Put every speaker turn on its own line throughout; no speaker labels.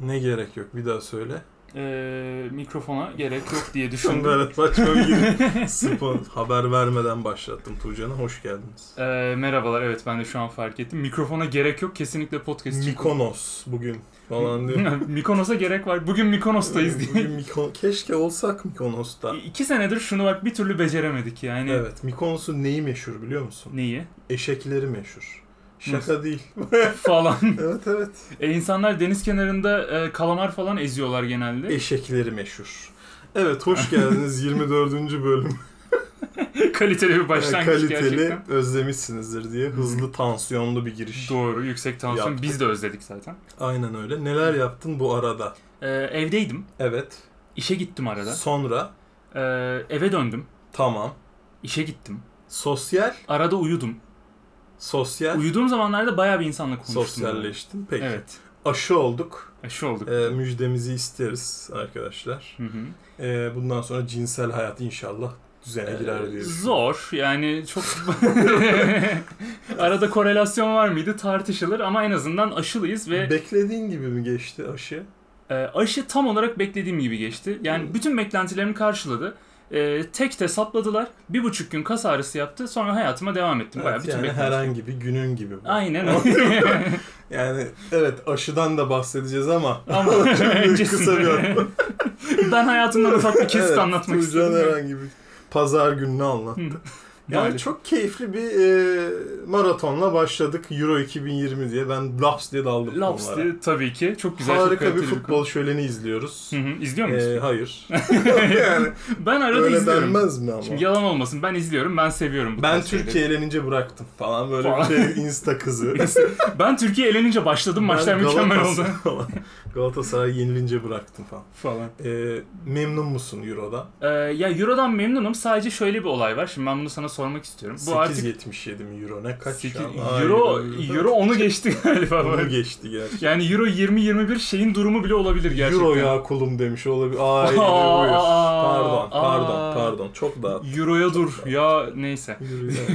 Ne gerek yok bir daha söyle.
Ee, mikrofona gerek yok diye
Şunu
düşündüm.
böyle saçma bir giriş. Spon- haber vermeden başlattım Tuğcan'a. Hoş geldiniz.
Ee, merhabalar evet ben de şu an fark ettim. Mikrofona gerek yok kesinlikle podcast için.
Mikonos bugün falan diyor.
Mikonos'a gerek var. Bugün Mikonos'tayız diye.
Bugün Mikon- Keşke olsak Mikonos'ta.
İ- İki senedir şunu bak bir türlü beceremedik yani.
Evet. Mikonos'un neyi meşhur biliyor musun?
Neyi?
Eşekleri meşhur. Şaka
Nasıl?
değil.
falan.
evet evet.
E, insanlar deniz kenarında e, kalamar falan eziyorlar genelde.
Eşekleri meşhur. Evet hoş geldiniz 24. bölüm.
Kaliteli bir başlangıç
E, Kaliteli
gerçekten.
özlemişsinizdir diye hızlı tansiyonlu bir giriş.
Doğru yüksek tansiyon
Yaptık.
biz de özledik zaten.
Aynen öyle. Neler yaptın bu arada?
Ee, evdeydim.
Evet.
İşe gittim arada.
Sonra
Ee, eve döndüm.
tamam.
İşe gittim.
Sosyal,
Arada uyudum.
sosyal,
Uyuduğum zamanlarda bayağı bir insanla konuştum.
sosyalleştin. Peki.
Evet.
Aşı olduk.
Aşı olduk.
Ee, müjdemizi isteriz arkadaşlar.
Hı hı.
Ee, bundan sonra cinsel hayat inşallah düzene girer diye. düşünüyorum.
Ee, Zor yani çok arada korelasyon var mıydı tartışılır ama en azından aşılıyız ve
Beklediğin gibi mi geçti aşı?
e, aşı tam olarak beklediğim gibi geçti. Yani bütün beklentilerimi karşıladı. E, tek de sapladılar. Bir buçuk gün kas ağrısı yaptı. Sonra hayatıma devam ettim. Bayağı
Evet,
bütün
yani
beklentilerim.
herhangi bir günün gibi. bu.
Aynen öyle.
Yani evet aşıdan da bahsedeceğiz ama
Ama
kısa bir
öncesinde
atma.
ben hayatımdan ufak bir kesit
Evet,
anlatmak
Tuğcan
istiyorum.
herhangi bir pazar gününü anlattı. Yani
Maalesef.
çok keyifli bir e, maratonla başladık Euro 2020 diye. Ben laps diye daldım
Laps
konulara.
diye tabii ki çok güzel çok
Harika
kaliteli
bir futbol
konu.
şöleni izliyoruz.
Hı hı, izliyor musun?
Ee, hayır. yani
ben arada
öyle
izliyorum.
denmez mi ama?
Şimdi yalan olmasın ben izliyorum ben seviyorum. bu
ben
tarz şeyleri.
Türkiye elenince bıraktım falan böyle
Falan.
bir şey insta kızı.
Ben Türkiye elenince başladım maçlar
Ben
mükemmel oldu.
Galatasaray Falan. Galatasaray yenilince bıraktım falan.
Falan.
Ee, memnun musun Euro'dan?
Ee, ya Euro'dan memnunum sadece şöyle bir olay var. Şimdi ben bunu sana sormak istiyorum. Bu artık
8.77 mi Euro ne kaç
Sekiz-
şu an? Hayır,
Euro Euro onu geçti galiba. bu
Onu
arada.
geçti gerçi.
Yani Euro 20 21 şeyin durumu bile olabilir gerçekten.
Euro ya kulum demiş olabilir. Ay
Aa,
buyur. Pardon,
aa.
pardon, pardon. Çok daha.
Euro'ya dur. Ya neyse.
Euro ya.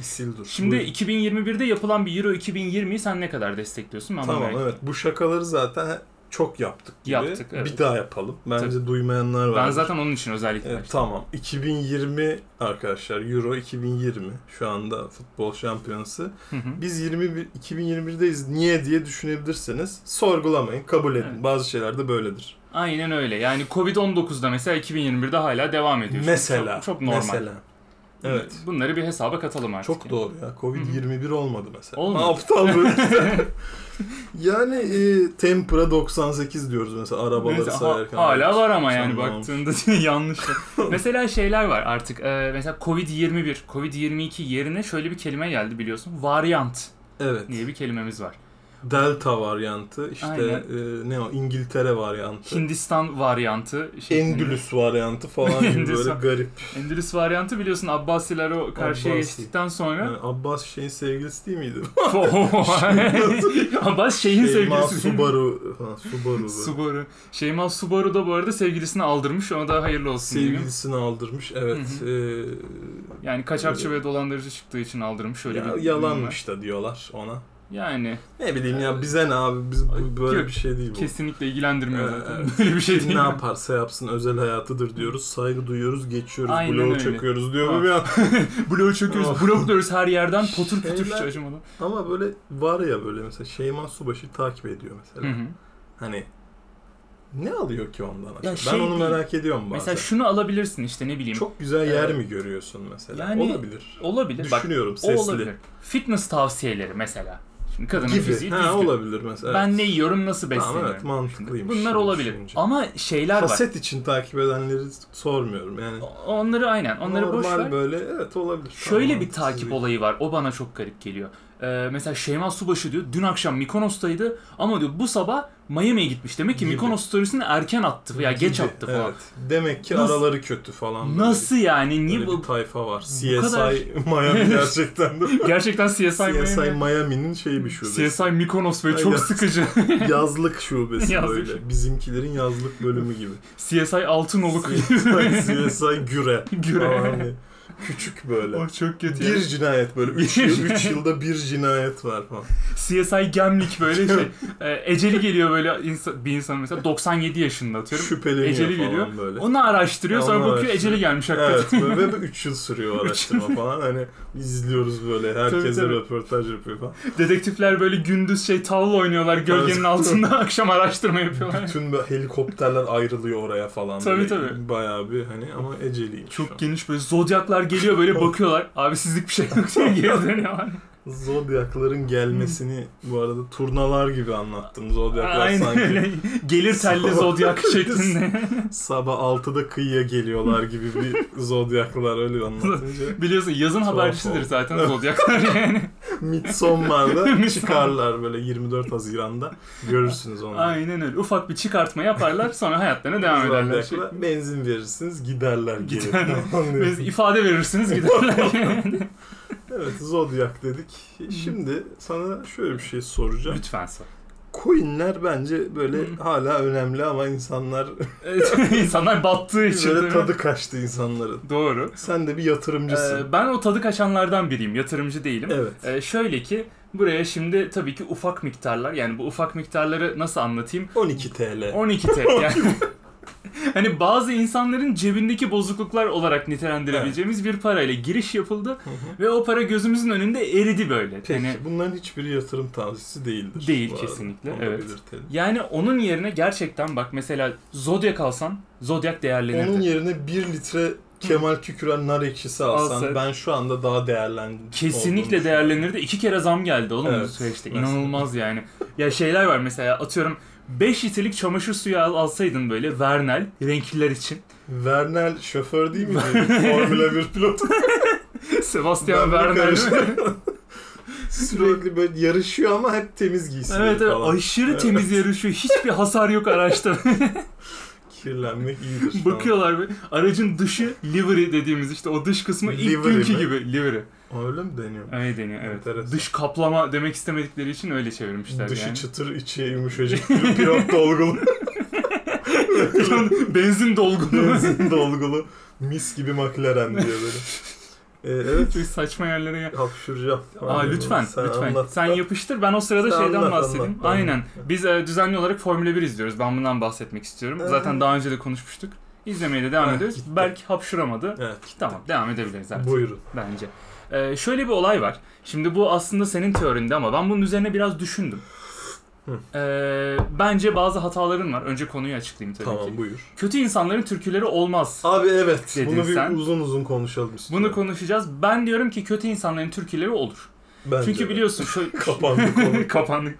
İsildur.
Şimdi
Buyur.
2021'de yapılan bir Euro 2020'yi sen ne kadar destekliyorsun? Ben bunu
Tamam
merak
evet bu şakaları zaten çok yaptık gibi.
Yaptık, evet.
Bir daha yapalım. Bence duymayanlar var.
Ben zaten onun için özellikle.
Evet, tamam. 2020 arkadaşlar Euro 2020 şu anda futbol şampiyonası.
Hı hı.
Biz 21 2021'deyiz niye diye düşünebilirsiniz. Sorgulamayın, kabul edin.
Evet.
Bazı şeyler de böyledir.
Aynen öyle. Yani Covid-19'da mesela 2021'de hala devam ediyor. Şimdi
mesela.
Çok, çok normal.
Mesela. Evet.
Bunları bir hesaba katalım artık.
Çok
yani.
doğru ya. Covid-21 olmadı mesela.
Olmadı.
Ha, Aptal böyle. yani e, Tempra 98 diyoruz mesela arabaları
Neyse, ha-
sayarken.
hala var ama yani
Sanmam.
baktığında yanlış. mesela şeyler var artık. Ee, mesela Covid-21, Covid-22 yerine şöyle bir kelime geldi biliyorsun. Varyant
Evet.
diye bir kelimemiz var.
Delta varyantı,
Aynen.
işte e, ne o İngiltere varyantı.
Hindistan varyantı. şeklinde.
Endülüs varyantı falan gibi böyle
Endülüs-
garip.
Endülüs varyantı biliyorsun Abbasiler o karşıya
Abbasi.
geçtikten sonra.
Yani Abbas şeyin sevgilisi değil miydi?
Abbas şeyhin
Şeyma
sevgilisi. değil mi?
Subaru. Ha, Subaru.
Subaru. Şeyma Subaru da bu arada sevgilisini aldırmış. Ona da hayırlı olsun diyelim.
Sevgilisini aldırmış. Evet.
Hı
e,
Yani kaçakçı
Öyle.
ve dolandırıcı çıktığı için aldırmış. Öyle
ya-
bir
yalanmış da diyorlar ona.
durum var. Yani
Ne bileyim ya bize ne abi biz bu- böyle
Ee, Yok,
bir şey değil bu.
kesinlikle ilgilendirmiyor
Evet,
zaten.
evet.
Böyle bir şey
Kim
değil.
ne
mi?
yaparsa yapsın özel hayatıdır diyoruz. Saygı duyuyoruz, geçiyoruz,
Aynen
bloğu
öyle. Ah.
çöküyoruz diyor
Ha.
bu bir an.
Bloğu çöküyoruz,
Oh.
blok diyoruz her yerden. Potur
Şeyler-
kütür hiç acımadan.
Ama böyle var ya böyle mesela Şeyma Subaşı takip ediyor
Hı
mesela.
hı.
Hani ne alıyor ki ondan acaba?
şey
ben onu
değil.
merak ediyorum bazen.
Mesela şunu alabilirsin işte ne bileyim.
Çok güzel yer
Evet.
mi görüyorsun mesela?
Yani-
olabilir.
Olabilir. Bak
Düşünüyorum
o
sesli.
olabilir. Fitness tavsiyeleri mesela. Şimdi kadının
Gibi.
fiziği
Ha,
düzgün.
olabilir mesela.
Ben ne yiyorum, nasıl besleniyorum.
Tamam evet mantıklıymış.
Bunlar
şimdi
olabilir.
düşününce.
Ama şeyler var.
Haset için takip edenleri sormuyorum yani.
Onları aynen. Onları
Normal
boş ver.
böyle evet olabilir.
Şöyle
Tamam,
bir takip
sizi-
olayı var. O bana çok garip geliyor. Ee, mesela Şeyma Subaşı diyor dün akşam Mikonos'taydı ama diyor bu sabah Miami'ye gitmiş. Demek ki
Gibi.
Mikonos storiesini erken attı ya
Gibi,
geç attı falan.
evet. Demek ki
Nasıl-
araları kötü falan. böyle.
Nasıl yani? Niye
Böyle bir
bu?
tayfa var. CSI
kadar-
Miami gerçekten de.
Gerçekten CSI,
CSI
Miami.
Miami'nin şeyi bir şubesi.
CSI Mikonos ve çok
Aynen.
sıkıcı.
yazlık şubesi
Yazlık
böyle. Bizimkilerin yazlık bölümü gibi.
CSI Altınoluk.
CSI, CSI Güre.
Güre.
Falan diye. Küçük böyle.
O Oh, çok kötü. ya.
Bir cinayet böyle. Üç, yıl, üç yılda bir cinayet var falan.
CSI Gemlik böyle şey. e, eceli geliyor böyle insa- bir insan mesela 97 yaşında atıyorum.
Şüpheleniyor
Eceli
falan
geliyor.
böyle.
Onu araştırıyor
Ya
sonra
onu
bakıyor
araştırıyor.
eceli gelmiş hakikaten.
Evet böyle ve 3 yıl sürüyor o araştırma falan hani izliyoruz böyle herkese
tabii.
röportaj yapıyor falan.
Dedektifler böyle gündüz şey tavla oynuyorlar gölgenin
Evet.
altında akşam araştırma yapıyorlar.
Tüm böyle helikopterler ayrılıyor oraya falan.
Tabii,
Böyle
tabii.
Bayağı bir hani ama eceliymiş. o.
Çok geniş böyle zodyaklar geliyor böyle bakıyorlar. Abi sizlik bir şey yok diye geri dönüyorlar.
Zodyakların gelmesini bu arada turnalar gibi anlattım. Zodyaklar
Aynen
sanki
öyle. Gelir telli zodyak şeklinde.
sabah 6'da kıyıya geliyorlar gibi bir zodyaklar öyle anlatınca.
Biliyorsun yazın
Tuhaf
habercisidir
oldu.
zaten zodyaklar yani.
Midsommar'da
Midsommar.
çıkarlar böyle 24 Haziran'da görürsünüz onları.
Aynen öyle. Ufak bir çıkartma yaparlar sonra hayatlarına devam ederler. Şey,
Zodyakla benzin verirsiniz giderler geri.
Giderler.
Anlıyorsun.
Biz ifade verirsiniz giderler. yani.
Evet Zodiac dedik. Şimdi sana şöyle bir şey soracağım.
Lütfen sor.
Coinler bence böyle
Hı.
hala önemli ama insanlar
Evet, İnsanlar battığı için.
böyle
değil mi?
tadı kaçtı insanların.
Doğru.
Sen de bir
Ee,
yatırımcısın.
ben o tadı kaçanlardan biriyim. Yatırımcı değilim.
evet.
Ee, şöyle ki buraya şimdi tabii ki ufak miktarlar yani bu ufak miktarları nasıl anlatayım?
12 TL.
12 TL yani. hani bazı insanların cebindeki bozukluklar olarak nitelendirebileceğimiz bir parayla giriş yapıldı
Hı hı.
ve o para gözümüzün önünde eridi böyle.
Peki
Hani
bunların hiçbiri yatırım tavsiyesi değildir.
Değil
bu arada.
kesinlikle,
Onu da
evet.
belirtelim.
yani onun yerine gerçekten bak mesela Zodyak alsan Zodyak değerlenirdi.
Onun yerine 1 litre Kemal Küküren nar ekşisi alsan
Alsa-
ben şu anda daha değerlendim.
Kesinlikle değerlenirdi. İki kere zam geldi oğlum bu
Evet,
süreçte.
mesela.
İnanılmaz yani. Ya şeyler var mesela atıyorum 5 litrelik çamaşır suyu al, alsaydın böyle Vernel renkliler için.
Vernel şoför değil mi? Formula 1 pilotu.
Sebastian
Ben bunu
Vernel.
karıştırıyorum. Sürekli böyle yarışıyor ama hep temiz giysin.
evet evet
falan.
aşırı
Evet.
temiz yarışıyor. Hiçbir hasar yok araçta.
Kirlenmek iyidir. falan.
Bakıyorlar böyle. Aracın dışı livery dediğimiz işte o dış kısmı ilk
Livery
günkü
mi?
gibi livery.
Öyle mi deniyor?
Öyle deniyor evet.
Enteresan.
Dış kaplama demek istemedikleri için öyle çevirmişler
Dışı
yani.
çıtır, içi yumuşacık bir pilot dolgulu,
Benzin dolgunu.
benzin dolgulu, mis gibi McLaren diye böyle. Ee, evet,
Çok saçma yerlere ya.
hapşuracağım.
Aa lütfen lütfen.
anlat
Sen
da.
yapıştır. Ben o sırada
Sen
şeyden
anlat,
bahsedeyim.
anlat,
Aynen.
anlat.
Biz e, düzenli olarak Formula 1 izliyoruz. Ben bundan bahsetmek istiyorum.
Ee.
Zaten daha önce de konuşmuştuk. İzlemeye de devam
Evet,
ediyoruz.
gitti.
Belki hapşuramadı.
Evet,
Tamam devam edebiliriz artık
buyurun.
bence. E, şöyle bir olay var. Şimdi bu aslında senin teorinde ama ben bunun üzerine biraz düşündüm. E, bence bazı hataların var. Önce konuyu açıklayayım tabii
Tamam,
ki.
buyur.
Kötü insanların türküleri olmaz.
Abi evet,
Dedin
bunu bir
sen.
uzun uzun konuşalım. istiyorum.
Bunu konuşacağız. Ben diyorum ki kötü insanların türküleri olur.
Bence
Çünkü
de.
biliyorsun şöyle
Kapandı konu.
Kapandık.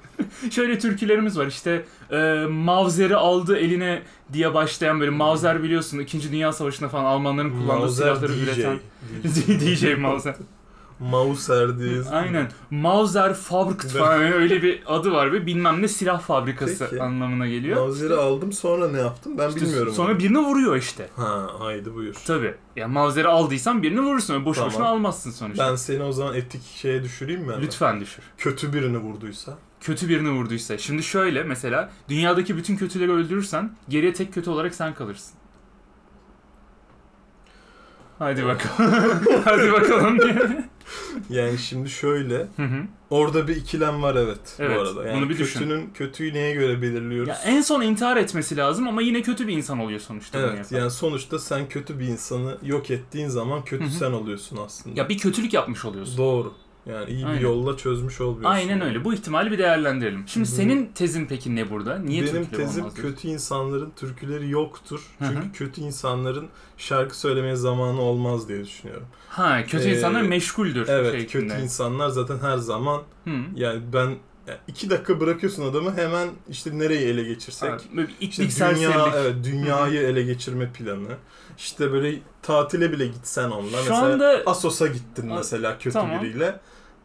Şöyle türkülerimiz var işte e, Mavzer'i aldı eline diye başlayan böyle Mavzer biliyorsun 2. Dünya Savaşı'nda falan Almanların kullandığı
Mauser
silahları
DJ.
üreten DJ Mauser.
Mauser diye.
Aynen. Mauser Fabrikt falan yani öyle bir adı var ve bilmem ne silah fabrikası
Peki.
anlamına geliyor.
Mauser'i aldım sonra ne yaptım ben
İşte
bilmiyorum.
Sonra birini vuruyor işte.
Ha haydi buyur.
Tabii. Ya Mavzer'i aldıysan birini vurursun. Öyle Boş
Tamam.
boşuna almazsın sonuçta.
Ben seni o zaman etik şeye düşüreyim mi? hemen?
Lütfen düşür.
Kötü birini vurduysa.
Kötü birini vurduysa. Şimdi şöyle mesela dünyadaki bütün kötüleri öldürürsen geriye tek kötü olarak sen kalırsın. Hadi bakalım. Hadi bakalım.
Yani şimdi şöyle.
Hı hı.
Orada bir ikilem var evet,
Evet,
bu arada. Yani
bunu bir düşün.
kötünün kötüyü neye göre belirliyoruz?
ya en son intihar etmesi lazım ama yine kötü bir insan oluyor sonuçta. bunu
evet
yapan.
yani sonuçta sen kötü bir insanı yok ettiğin zaman kötü
Hı hı.
sen oluyorsun aslında.
Ya bir kötülük yapmış oluyorsun.
Doğru. Yani iyi
Aynen.
bir yolla çözmüş olmuyorsun.
Aynen öyle. Bu ihtimali bir değerlendirelim. Şimdi
Hı hı.
senin tezin peki ne burada? Niye
Benim
türküleri
tezim
olmaz diyorsun?
kötü insanların türküleri yoktur.
Hı hı.
Çünkü kötü insanların şarkı söylemeye zamanı olmaz diye düşünüyorum.
Ha kötü
Ee,
insanlar meşguldür.
Evet
şeklinde.
kötü insanlar zaten her zaman
Hı.
yani ben yani iki dakika bırakıyorsun adamı hemen işte nereyi ele geçirsek.
Ha, böyle bir
İşte
itlik
dünya,
serserilik.
evet, dünyayı ele geçirme planı. İşte böyle tatile bile gitsen onunla.
Şu
mesela
anda-
Asos'a gittin
A-
mesela kötü
tamam.
biriyle.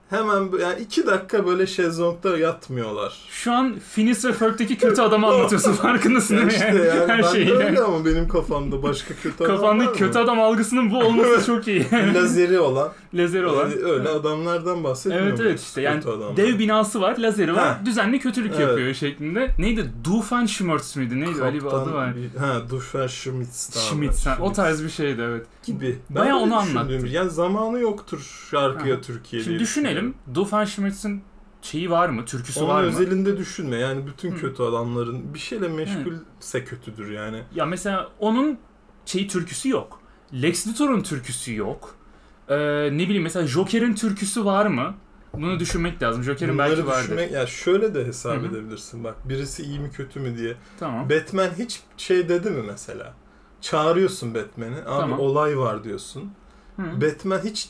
hemen bö- yani iki dakika böyle şezlongda yatmıyorlar.
Şu an Phineas ve Ferb'teki kötü adamı anlatıyorsun farkındasın
Yani
değil mi?
işte yani
Her
ben
şeyi.
de öyle ama benim kafamda başka kötü adam var
Kafanda
mı?
kötü adam algısının bu olması çok iyi.
lazeri olan,
Lazer olan.
yani öyle adamlardan bahsetmiyorum.
Evet evet işte yani
Kötü adamlar.
dev binası var, lazeri var,
Ha.
düzenli kötülük
Evet.
yapıyor şeklinde. Neydi? Doofenshmirtz miydi? Neydi? Öyle bir adı
Kaptan
var.
bir- ha, Dufer Schmitz. daha var.
Schmitz. ha, O tarz bir şeydi evet.
gibi.
Bayağı
öyle
onu
düşündüğüm-
anlattı.
Yani zamanı yoktur şarkıya
Ha.
Türkiye'de.
Şimdi düşünelim. Doofenshmirtz'in şeyi var mı? Türküsü
Onun
var mı?
özelinde düşünme. Yani bütün
Hı.
kötü adamların bir şeyle meşgulse kötüdür yani.
Ya mesela onun şeyi türküsü yok. Lex Luthor'un türküsü yok. Ee, ne bileyim mesela Joker'in türküsü var mı? Bunu düşünmek lazım. Joker'in belki vardı.
düşünmek- ya şöyle de hesap
Hı hı.
edebilirsin bak. Birisi iyi mi kötü mü diye.
Tamam.
Batman hiç şey dedi mi mesela? Çağırıyorsun Batman'i. Abi
Tamam.
olay var diyorsun.
Hı.
Batman hiç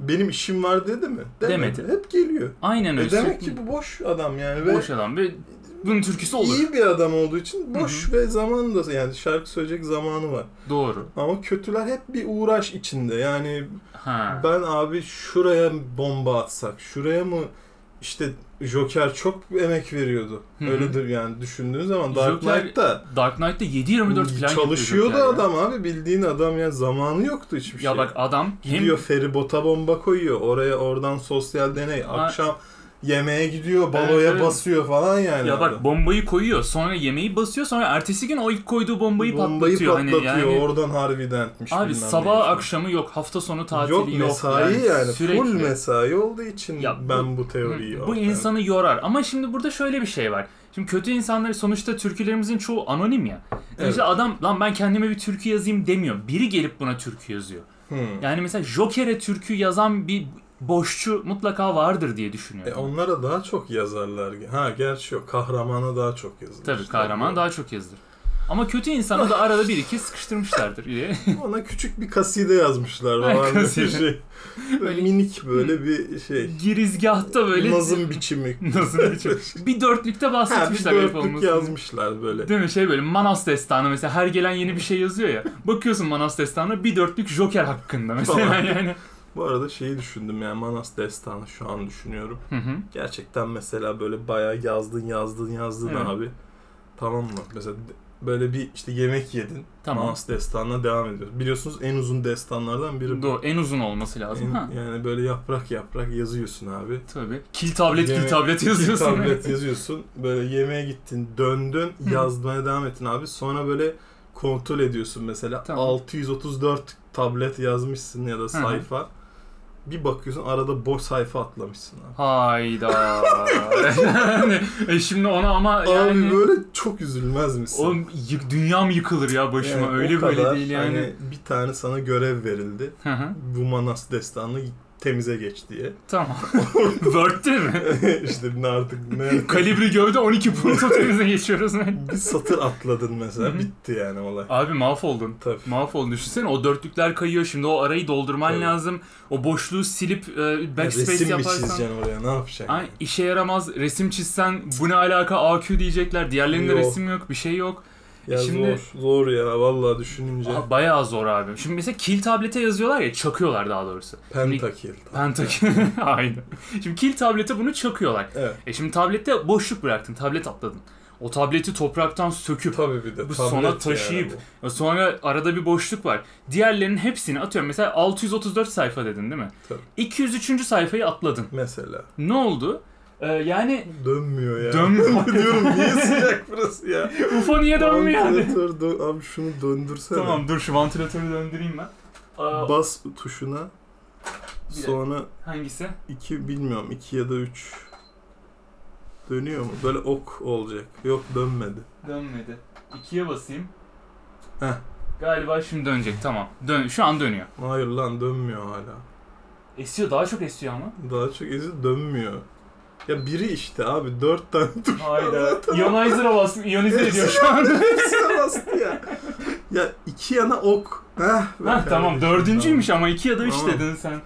benim işim var dedi mi?
Demedi.
Hep geliyor.
Aynen
E
öyle.
demek ki bu boş adam yani ve
boş adam ve bunun türküsü olur.
iyi bir adam olduğu için boş ve zaman da yani şarkı söyleyecek zamanı var.
Doğru.
Ama kötüler hep bir uğraş içinde. Yani
Ha.
ben abi şuraya bomba atsak, şuraya mı işte Joker çok emek veriyordu.
Hı hı.
Öyledir yani düşündüğün zaman Dark
Joker
Knight'ta
Dark Knight'te 7-24 plan
çalışıyordu
yapıyor Joker ya.
adam abi bildiğin adam ya zamanı yoktu hiçbir şey.
Ya bak adam hem
Gidiyor feribota bomba koyuyor. Oraya oradan sosyal deney.
Ha.
Akşam yemeğe gidiyor, baloya
Evet, evet.
basıyor falan yani.
ya bak
adam.
bombayı koyuyor sonra yemeği basıyor sonra ertesi gün o ilk koyduğu bombayı, patlatıyor. Hani yani,
Oradan Harvey Dent'miş.
Abi
bilmem
sabah
neymiş.
akşamı yok, hafta sonu tatili yok.
Yok mesai yani,
sürekli.
full mesai olduğu için
Ya bu-
ben bu
Hı,
teoriyi
Bu
ortaya-
insanı yorar. Ama şimdi burada şöyle bir şey var. Şimdi kötü insanları sonuçta türkülerimizin çoğu anonim ya. Yani
Evet.
işte adam lan ben kendime bir türkü yazayım demiyor. Biri gelip buna türkü yazıyor.
Hmm.
Yani mesela Joker'e türkü yazan bir boşçu mutlaka vardır diye
E,
düşünüyorum.
onlara daha çok yazarlar. Ha gerçi yok. Kahramana daha çok yazılır.
Tabii kahraman daha çok yazılır. Ama kötü insanı da arada bir iki sıkıştırmışlardır Ee, diye.
Ona küçük bir kaside yazmışlar
Ha,
falan.
kaside.
bir şey. Böyle
Böyle-
minik böyle bir şey.
Girizgahta böyle
Nazım biçimi.
Nazım biçim. bir dörtlükte
Ha bir
bahsetmişler herif
dörtlük
olmasını.
yazmışlar böyle.
Değil mi? Şey böyle Manas Destanı mesela her gelen yeni bir şey yazıyor ya. Bakıyorsun Manas Destanı'na bir dörtlük Joker hakkında mesela
Tamam.
yani.
Bu arada şeyi düşündüm yani Manas Destanı şu an düşünüyorum.
Hı hı.
Gerçekten mesela böyle bayağı yazdın yazdın yazdın
Evet.
abi. Tamam mı? Mesela de- böyle bir işte yemek yedin.
Tamam.
Manas Destanı'na devam ediyoruz. Biliyorsunuz en uzun destanlardan biri. bu.
Doğru. En uzun olması lazım.
En-
Ha.
yani böyle yaprak yaprak yazıyorsun abi.
Tabii. Kil tablet,
Yemek-
kil tablet yazıyorsun.
Bir tablet yazıyorsun. Böyle yemeğe gittin, döndün,
Hı.
yazmaya devam ettin abi. Sonra böyle kontrol ediyorsun mesela.
Tamam.
634 tablet yazmışsın ya da sayfa. Bir bakıyorsun arada boş sayfa atlamışsın abi.
Hayda. Yani, e şimdi ona ama yani...
Abi böyle çok üzülmez misin?
Oğlum yık, dünyam yıkılır ya başıma.
Yani o
Öyle böyle
kadar,
değil yani.
hani bir tane sana görev verildi.
Hı hı.
Bu Manas destanını temize geç diye.
Tamam. Word'te mi?
işte ne artık ne
Kalibri gövde 12 punto temizle geçiyoruz.
bir satır atladın
Hı
mesela
hı.
bitti yani olay.
Abi mahvoldun.
Tabii.
Mahvoldun. Düşünsene o dörtlükler kayıyor. Şimdi o arayı doldurman
Tabii.
lazım. O boşluğu silip e,
Ya
backspace
resim mi
yaparsan.
çizeceksin oraya ne yapacaksın?
Ay, işe yaramaz. Resim çizsen bu ne alaka AQ diyecekler. Diğerlerinde
Yok.
resim yok. Bir şey yok.
ya
şimdi-
zor, zor ya vallahi düşününce.
Aa, bayağı zor abi. Şimdi mesela kil tablete yazıyorlar ya. Çakıyorlar daha doğrusu.
Pentakil.
Pentak. Aynen. Şimdi kil tablete bunu çakıyorlar.
Evet.
E şimdi tablette boşluk bıraktın. Tablet atladın. O tableti topraktan söküp
Tabii bir de.
Bu
tablet
sona taşıyıp-
yani
Ya Sonra arada bir boşluk var. Diğerlerinin hepsini atıyorum. Mesela 634 sayfa dedin değil mi?
Tabii.
203. sayfayı atladın.
bu. Mesela.
Ne oldu? Ee, yani
Dönmüyor ya.
Dönmüyor.
Diyorum niye sıcak burası ya.
UFO niye dönmüyor? yani?
Vantilatör dön- Abi şunu döndürsene.
tamam dur şu vantilatörü döndüreyim ben. Aa,
Bas tuşuna.
dakika.
Sonra
hangisi?
iki bilmiyorum iki ya da üç. Dönüyor mu? Böyle ok olacak. Yok dönmedi.
Dönmedi. 2'ye basayım.
Heh.
Galiba şimdi dönecek tamam. Dön şu an dönüyor.
Hayır lan dönmüyor hala.
Esiyor daha çok esiyor ama.
Daha çok izi dönmüyor. Ya biri işte abi dört tane
Hayda. Ionizer'a bastım. Ionizer ediyor şu an.
Hepsine bastı ya. Ya iki yana ok. Heh,
Heh, tamam dördüncüymüş ama 2 ya da 3
Tamam.
dedin sen.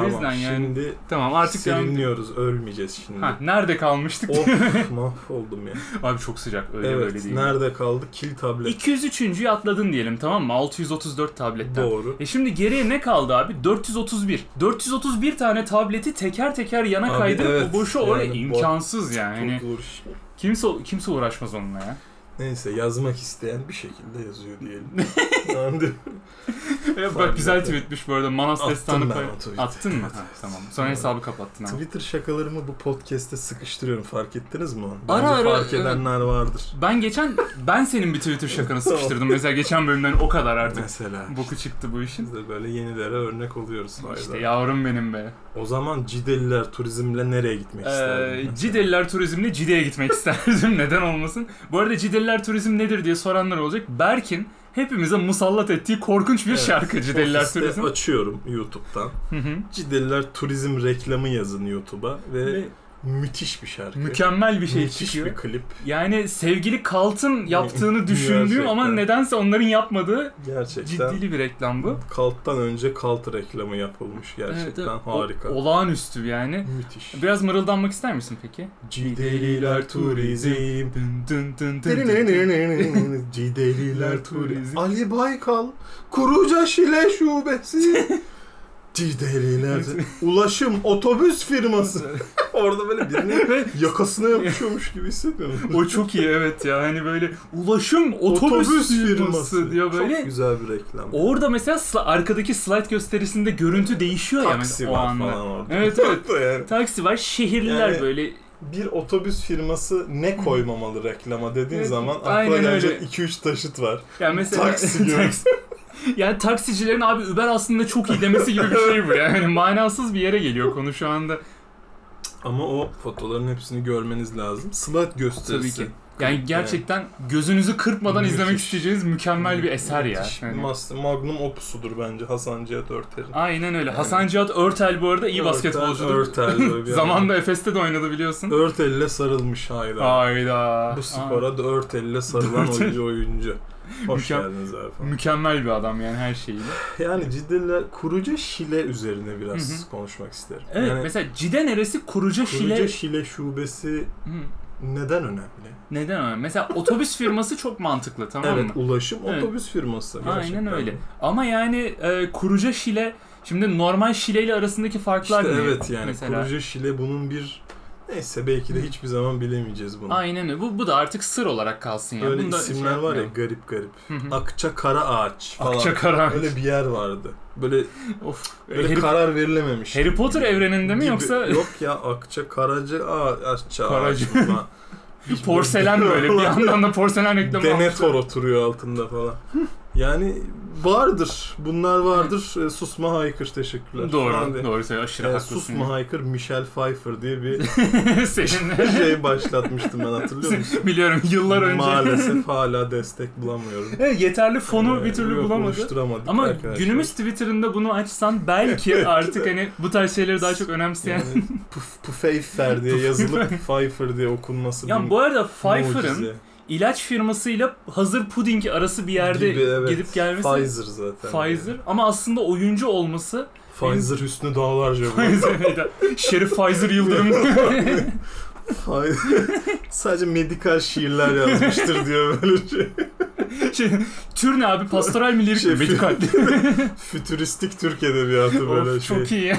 O yüzden yani.
Şimdi
Tamam artık devam
serinliyoruz. Ölmeyeceğiz şimdi.
Ha, nerede kalmıştık?
of mahvoldum ya.
Abi çok sıcak öyle böyle
evet.
değil.
Nerede kaldı? Kil tablet.
203.yü atladın diyelim tamam mı? 634 tabletten.
Doğru.
E şimdi geriye ne kaldı abi? 431. 431 tane tableti teker teker yana
Abi
kaydırıp
evet,
o boşu oraya
yani bu-
imkansız yani. Hani
Çok zor iş.
Kimse kimse uğraşmaz onunla ya.
Neyse yazmak isteyen bir şekilde yazıyor diyelim. Anladın mı?
E, bak
Fark
güzel
ettim.
tweetmiş bu arada. Manas
Attım
destanı
ben
pay-
o tweeti.
Attın mı?
Evet,
Ha,
evet.
tamam. Sonra
Evet.
hesabı kapattın abi.
Twitter şakalarımı bu podcast'te sıkıştırıyorum fark ettiniz mi? onu?
Ara
Bence
ara,
fark edenler vardır.
Ben geçen ben senin bir Twitter şakanı sıkıştırdım. Mesela geçen bölümden o kadar artık.
Mesela.
Boku çıktı bu işin.
Biz de böyle yenilere örnek oluyoruz.
İşte
İşte
yavrum benim be.
O zaman Cideliler turizmle nereye gitmek
Ee,
isterdin?
Cideliler Turizm'le Cide'ye gitmek isterdim. Neden olmasın? Bu arada Cideliler Turizm nedir diye soranlar olacak. Berk'in hepimize musallat ettiği korkunç bir
Evet.
şarkı Cideliler
Ofiste
Turizm.
açıyorum YouTube'dan.
Hı hı.
Cideliler turizm reklamı yazın YouTube'a ve,
Ve
müthiş bir şarkı.
Mükemmel bir şey
müthiş
çıkıyor.
bir klip.
Yani sevgili Kalt'ın yaptığını düşündüğüm ama
Gerçekten.
nedense onların yapmadığı
Gerçekten.
ciddili bir reklam bu.
Kalt'tan önce Kalt reklamı yapılmış. Gerçekten
Evet, o-
harika.
olağanüstü yani.
müthiş.
Biraz mırıldanmak ister misin peki?
Cideliler turizm.
Dın dın dın dın dın dın.
Cideliler turizm. Ali Baykal, Kuruca Şile Şubesi. Cideliler. Ulaşım otobüs firması. Orada böyle birinin
Ve
yakasına yapışıyormuş gibi hissetmiyor musun?
O çok iyi evet ya hani böyle ulaşım otobüs, firması diyor
Çok
böyle.
güzel bir reklam.
Orada mesela sla- arkadaki slide gösterisinde görüntü değişiyor
Taksi
ya mesela o
var
anda.
falan orada.
Evet evet.
Yani
Taksi var, şehirliler
Yani
böyle.
bir otobüs firması ne koymamalı reklama dediğin
Evet,
zaman aklına
aynen
gelecek
öyle.
2-3 taşıt var.
Yani mesela
Taksi diyor.
Taksi- yani taksicilerin abi Uber aslında çok iyi demesi gibi bir şey bu. Yani manasız bir yere geliyor konu şu anda.
Ama o fotoların hepsini görmeniz lazım. Slide gösterisi.
Tabii ki. Yani gerçekten gözünüzü kırpmadan
Müthiş.
izlemek isteyeceğiniz mükemmel bir eser ya.
Müthiş.
Yani.
Mas- Magnum opusudur bence Hasan Cihat Örter'in.
Aynen öyle.
Yani.
Hasan Cihat Örtel bu arada iyi
Örtel-
basketbolcudur.
Örtel böyle bir
Zamanında Efes'te de oynadı biliyorsun.
adam. Örtel'le sarılmış hayran.
Hayda.
Bu spora da Örtel'le sarılan
Örtel.
oyuncu oyuncu. Hoş
Mükem-
geldiniz
Aa,
efendim.
mükemmel bir adam yani her şeyiyle.
Yani ciddiler kurucu şile üzerine biraz
Hı hı.
konuşmak isterim.
Evet
yani
mesela Cide neresi kurucu
kurucu
şile...
şile... şubesi
Hı,
neden önemli?
neden öyle? Mesela otobüs firması çok mantıklı tamam
evet
mı?
ulaşım
Evet.
otobüs firması. gerçekten.
Aynen öyle. Ama yani e, kurucu şile... Şimdi normal şile ile arasındaki
İşte
farklar ne?
evet yani
Mesela.
kurucu şile bunun bir neyse belki de
Hı.
hiçbir zaman bilemeyeceğiz bunu.
Aynen öyle. Bu, bu da artık sır olarak kalsın yani.
Öyle
Bunda
isimler
şey
var ya
yapmayalım.
garip garip.
Hı hı.
Akça Kara Ağaç falan.
Akça Kara.
Öyle bir yer vardı. Böyle
Of.
böyle
Harry,
karar verilememiş.
Harry Potter evreninde mi
Gibi.
yoksa
Yok ya Akça Karacı Ağa- Akça
Karacı.
Ağaç mı lan?
bir porselen böyle bir yandan da porselen reklamı
Denetor oturuyor altında falan. Yani vardır. Bunlar vardır. E, Susma haykır teşekkürler. Falan diye.
Doğru, doğru. Sen aşırı
E,
haklısın.
susma haykır Michelle Pfeiffer diye bir
Senin
şey başlatmıştım ben hatırlıyor musun?
biliyorum yıllar önce.
Maalesef hala destek bulamıyorum.
Evet, yeterli fonu
Ee,
bir türlü
yok,
bulamadı.
oluşturamadık
Ama
arkadaşlar.
günümüz Twitter'ında bunu açsan belki artık hani bu tarz şeyleri daha çok önemseyen.
yani Puf- Pufeifer diye yazılıp Pfeiffer diye okunması
ya
bir
bu arada Pfeiffer'ın
mucize
ilaç firmasıyla hazır puding arası bir yerde
gibi, evet.
gidip gelmesi
Pfizer zaten.
Pfizer ama aslında oyuncu olması
Yani. Pfizer Hüsnü Dağlarca bu.
Pfizer- Şerif Pfizer Yıldırım
Pfizer- Sadece medikal şiirler yazmıştır diyor böyle şey.
şey, tür ne abi pastoral mi lirik mi
Şey,
medikal
Fütüristik Türk edebiyatı böyle
Of,
şey.
çok iyi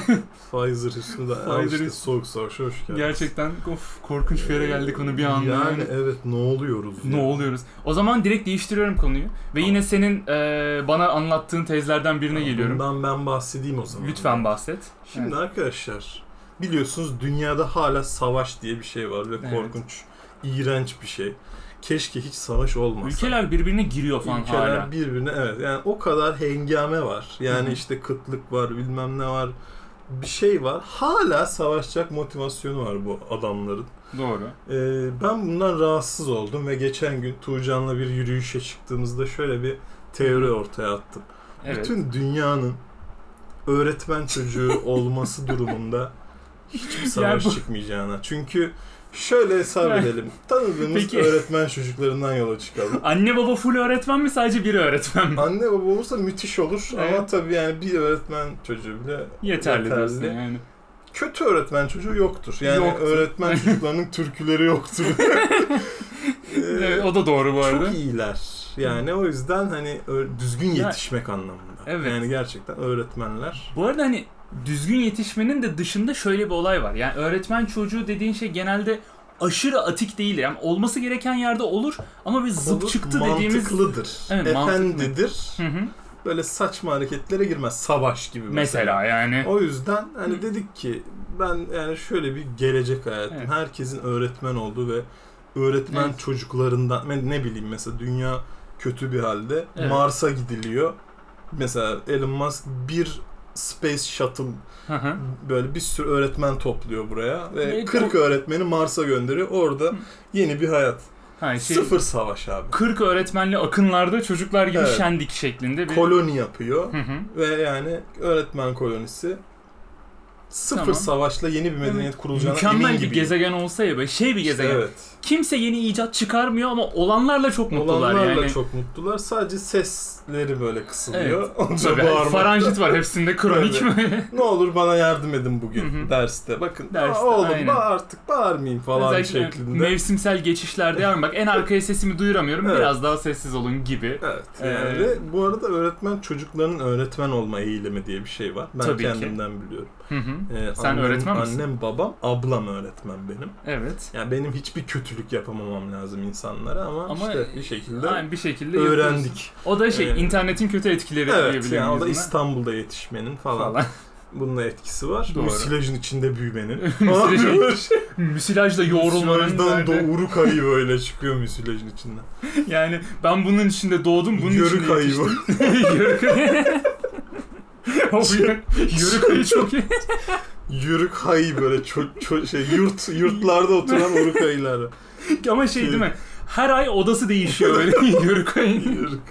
Pfizer Hüsnü Dağlarca.
Pfizer
Işte,
Hüsnü-
soğuk savaş hoş geldin.
gerçekten of korkunç bir yere geldik onu bir anda
Yani evet ne oluyoruz?
Ne
ya?
oluyoruz? O zaman direkt değiştiriyorum konuyu ve yine senin e, bana anlattığın tezlerden birine geliyorum.
Bundan ben bahsedeyim o zaman.
Lütfen bahset.
Şimdi arkadaşlar biliyorsunuz dünyada hala savaş diye bir şey var ve
Evet.
korkunç, iğrenç bir şey. Keşke hiç savaş olmasa.
Ülkeler birbirine giriyor falan
Ülkeler
hala.
birbirine evet yani o kadar hengame var. Yani
Hı hı.
işte kıtlık var, bilmem ne var. Bir şey var. Hala savaşacak motivasyonu var bu adamların.
Doğru.
Ee, ben bundan rahatsız oldum ve geçen gün Tuğcan'la bir yürüyüşe çıktığımızda şöyle bir teori ortaya attım.
Evet.
Bütün dünyanın öğretmen çocuğu olması durumunda hiçbir savaş
bu-
çıkmayacağına. Çünkü Şöyle hesap edelim. Tanıdığımız
Peki.
öğretmen çocuklarından yola çıkalım.
Anne baba full öğretmen mi sadece bir öğretmen mi?
Anne baba olursa müthiş olur ama
Evet.
tabii yani bir öğretmen çocuğu bile
Yeterli,
Yeterli.
diyorsun yani.
kötü öğretmen çocuğu yoktur. Yani
Yoktur.
öğretmen çocuklarının türküleri yoktur. Ee,
Evet, o da doğru bu arada.
çok iyiler. Yani o yüzden hani ö- düzgün
Ya-
yetişmek anlamında.
Evet.
Yani gerçekten öğretmenler.
Bu arada hani düzgün yetişmenin de dışında şöyle bir olay var. Yani öğretmen çocuğu dediğin şey genelde aşırı atik değil. Yani olması gereken yerde olur ama bir zıp
olur,
çıktı dediğimiz...
mantıklıdır.
Evet,
Efendidir.
Hı hı.
Böyle saçma hareketlere girmez. Savaş gibi mesela.
Mesela yani.
O yüzden hani
Hı.
dedik ki ben yani şöyle bir gelecek hayatım.
Evet.
Herkesin öğretmen olduğu ve öğretmen
Evet.
çocuklarından ben ne bileyim mesela dünya kötü bir halde
Evet.
Mars'a gidiliyor. Mesela Elon Musk bir Space Shuttle
Hı hı.
böyle bir sürü öğretmen topluyor buraya ve
Ve
40
o-
öğretmeni Mars'a gönderiyor. Orada yeni bir hayat.
Ha, şey,
Sıfır savaş abi.
40 öğretmenli akınlarda çocuklar gibi
Evet.
şendik şeklinde bir...
Koloni yapıyor.
Hı hı.
Ve yani öğretmen kolonisi sıfır
Tamam.
savaşla yeni bir medeniyet kurulacağına
Mükemmel
emin
bir
gibiyim.
gezegen olsa ya böyle şey bir
İşte
gezegen.
evet.
Kimse yeni icat çıkarmıyor ama olanlarla çok mutlular
Olanlarla
yani.
çok mutlular. Sadece sesleri böyle kısılıyor. Onca
Tabii,
bağırmak.
faranjit var hepsinde kronik mi?
Ne olur bana yardım edin bugün
Hı hı.
derste. Bakın
Derste,
"Aa, oğlum
aynen.
bağır artık bağırmayayım falan
Özellikle
şeklinde.
mevsimsel geçişlerde yani bak en arkaya sesimi duyuramıyorum
Evet.
biraz daha sessiz olun gibi.
Evet. Yani
Ee,
ve bu arada öğretmen çocukların öğretmen olma eğilimi diye bir şey var. Ben
Tabii ki.
kendimden biliyorum.
Hı hı.
Ee,
Sen
annem,
öğretmen misin?
Annem, babam, ablam öğretmen benim.
Evet.
Yani benim hiçbir kötülük yapamamam lazım insanlara ama,
Ama
işte bir şekilde
Aynı bir şekilde yapıyorsun.
öğrendik.
O da şey
Ee,
internetin kötü etkileri
Evet
diyebilirim
yani o da
yüzüne.
İstanbul'da yetişmenin falan.
falan.
Bunun da etkisi var.
Doğru.
Müsilajın içinde büyümenin.
Müsilajın- Müsilajla yoğrulmanın
Müsilajdan
nerede-
doğru kayı böyle çıkıyor müsilajın içinden.
Yani ben bunun içinde doğdum, bunun
Yörük
içinde
ayı bu.
yetiştim. Yörük ayı. O yörük- Yörük ayı çok iyi.
Yürük hayı böyle ço- ço- şey yurt yurtlarda oturan uruk ayıları.
Ama şey değil mi? Her ay odası değişiyor böyle yörük ayı.
Yürük.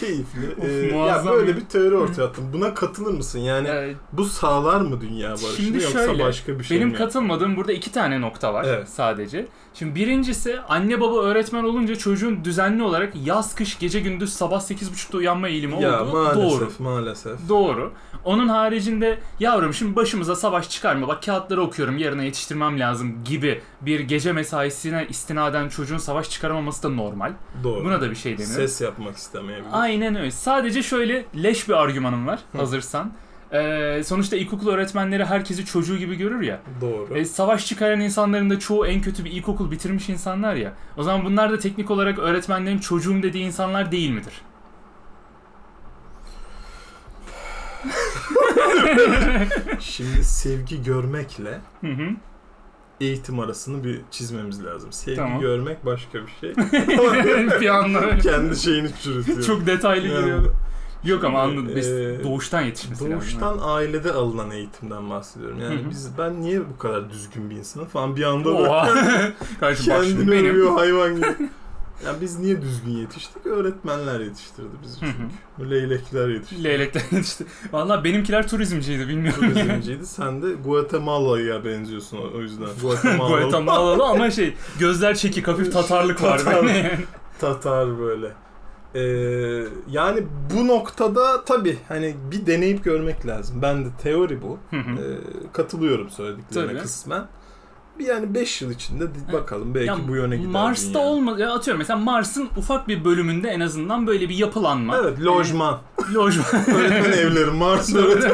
Keyifli.
Of,
Ee, ya
muazzam
böyle
ya.
bir teori ortaya attım. Buna katılır mısın? Yani
Yani
bu sağlar mı dünya barışını
Şimdi
yoksa
şöyle,
başka bir şey
Benim
mi?
katılmadığım burada iki tane nokta var
Evet.
sadece. Şimdi birincisi anne baba öğretmen olunca çocuğun düzenli olarak yaz kış gece gündüz sabah 8.30'da uyanma eğilimi
ya
olduğu
maalesef
doğru.
maalesef.
Doğru. Onun haricinde yavrum şimdi başımıza savaş çıkarma bak kağıtları okuyorum yarına yetiştirmem lazım gibi bir gece mesaisine istinaden çocuğun savaş çıkaramaması da normal.
Doğru.
Buna da bir şey demiyorum.
Ses yapmak istemeyebilir.
Aynen öyle. Sadece şöyle leş bir argümanım var hazırsan. Ee, sonuçta ilkokul öğretmenleri herkesi çocuğu gibi görür ya.
Doğru.
E, savaş çıkaran insanların da çoğu en kötü bir ilkokul bitirmiş insanlar ya. O zaman bunlar da teknik olarak öğretmenlerin çocuğum dediği insanlar değil midir?
Şimdi sevgi görmekle
Hı hı.
eğitim arasını bir çizmemiz lazım. Sevgi
Tamam.
görmek başka bir şey.
bir anda öyle.
Kendi şeyini çürütüyor.
Çok detaylı
Yani
giriyor. Yok ama anladım. Biz
e,
doğuştan yetişmesi lazım.
Doğuştan ailede alınan eğitimden bahsediyorum. Yani
Hı hı.
biz ben niye bu kadar düzgün bir insanım falan bir anda
Oha.
böyle
Karşı bak şimdi
kendini
benim.
övüyor hayvan gibi. ya biz niye düzgün yetiştik? Öğretmenler yetiştirdi bizi
Hı hı.
çünkü. Bu leylekler yetiştirdi.
Leylekten işte. Valla benimkiler turizmciydi bilmiyorum.
Turizmciydi. Sen de Guatemala'ya benziyorsun o o yüzden. Guatemala.
Guatemala'lı ama şey gözler çekik hafif tatarlık var
Tatar.
bende.
Tatar böyle. Ee, yani bu noktada tabii hani bir deneyip görmek lazım. Ben de teori bu.
Hı hı.
Ee, katılıyorum söylediklerine
Tabii.
kısmen. Bir yani 5 yıl içinde di- bakalım belki
Ya
bu yöne gider.
Mars'ta
dünya.
olmadı. Atıyorum mesela Mars'ın ufak bir bölümünde en azından böyle bir yapılanma.
Evet, lojman.
Lojman.
öğretmen evleri, Mars öğretmen.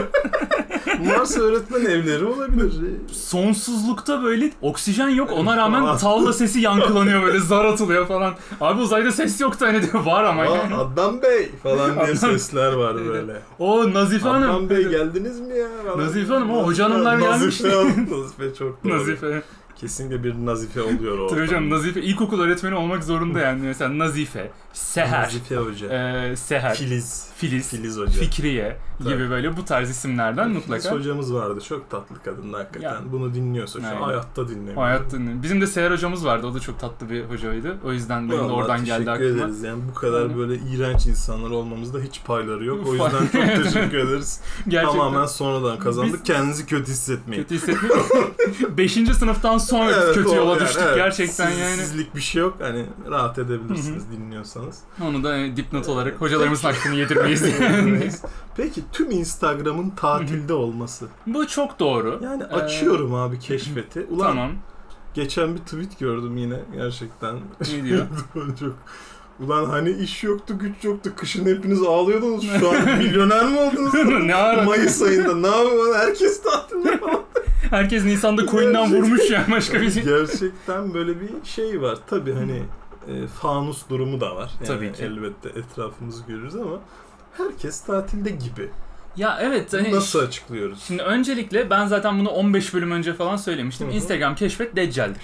Mars öğretmen evleri olabilir.
Sonsuzlukta böyle oksijen yok ona
Falan.
rağmen tavla sesi yankılanıyor böyle zar atılıyor falan. Abi uzayda ses yoktu hani diyor var ama.
Aa,
yani.
Adnan Bey falan diye
Adnan-
sesler var
Evet.
böyle.
O Nazife Hanım.
Adnan Bey geldiniz mi ya? Falan.
Nazife Hanım, o hoca hanımlar gelmiş.
Nazife Hanım, Nazife çok doğru.
Nazife.
Kesinlikle bir Nazife oluyor o.
Tabii hocam
ortamda.
Nazife ilkokul öğretmeni olmak zorunda yani. Mesela Nazife, Seher,
Nazife Hoca.
eee, Seher,
Filiz.
şey. Filiz,
Filiz Hoca.
Fikriye gibi
Tabii.
böyle bu tarz isimlerden mutlaka.
Filiz hocamız vardı. Çok tatlı kadındı hakikaten.
Ya.
Bunu dinliyorsa şu an
Aynen.
hayatta dinlemiyor.
Hayatta ne- bizim de Seher hocamız vardı. O da çok tatlı bir hocaydı. O yüzden benim de
Vallahi
oradan geldi
teşekkür
aklıma.
ederiz. Yani bu kadar
Aynen.
böyle iğrenç insanlar olmamızda hiç payları yok. O
Pay-
yüzden çok teşekkür ederiz.
Gerçekten
Tamamen sonradan kazandık.
Biz-
Kendinizi kötü hissetmeyin.
kötü hissetmiyorum. Beşinci sınıftan sonra biz
Evet,
kötü
doğru
yola
yani,
düştük
evet.
gerçekten
Siz-
yani.
Sizlik bir şey yok. Hani rahat edebilirsiniz dinliyorsanız.
Onu da e, dipnot olarak hocalarımız hakkını yedirmeyiz.
Peki tüm Instagram'ın tatilde olması.
Bu çok doğru.
Yani
Ee,
açıyorum abi keşfeti. Ulan
Tamam.
geçen bir tweet gördüm yine gerçekten.
Ne diyor?
Çok Ulan hani iş yoktu, güç yoktu. Kışın hepiniz ağlıyordunuz. Şu an milyoner mi oldunuz?
ne ara?
Mayıs ayında ne yapıyorsun? Herkes tatilde falan.
Herkes Nisan'da coin'den
Gerçekten.
vurmuş ya başka bir şey.
Gerçekten böyle bir şey var. Tabii hani e, fanus durumu da var. Yani
Tabii ki.
Elbette etrafımızı görürüz ama herkes tatilde gibi.
Ya evet
Bunu
hani
Nasıl açıklıyoruz?
Şimdi öncelikle ben zaten bunu 15 bölüm önce falan söylemiştim.
Hı hı.
Instagram keşfet deccaldir.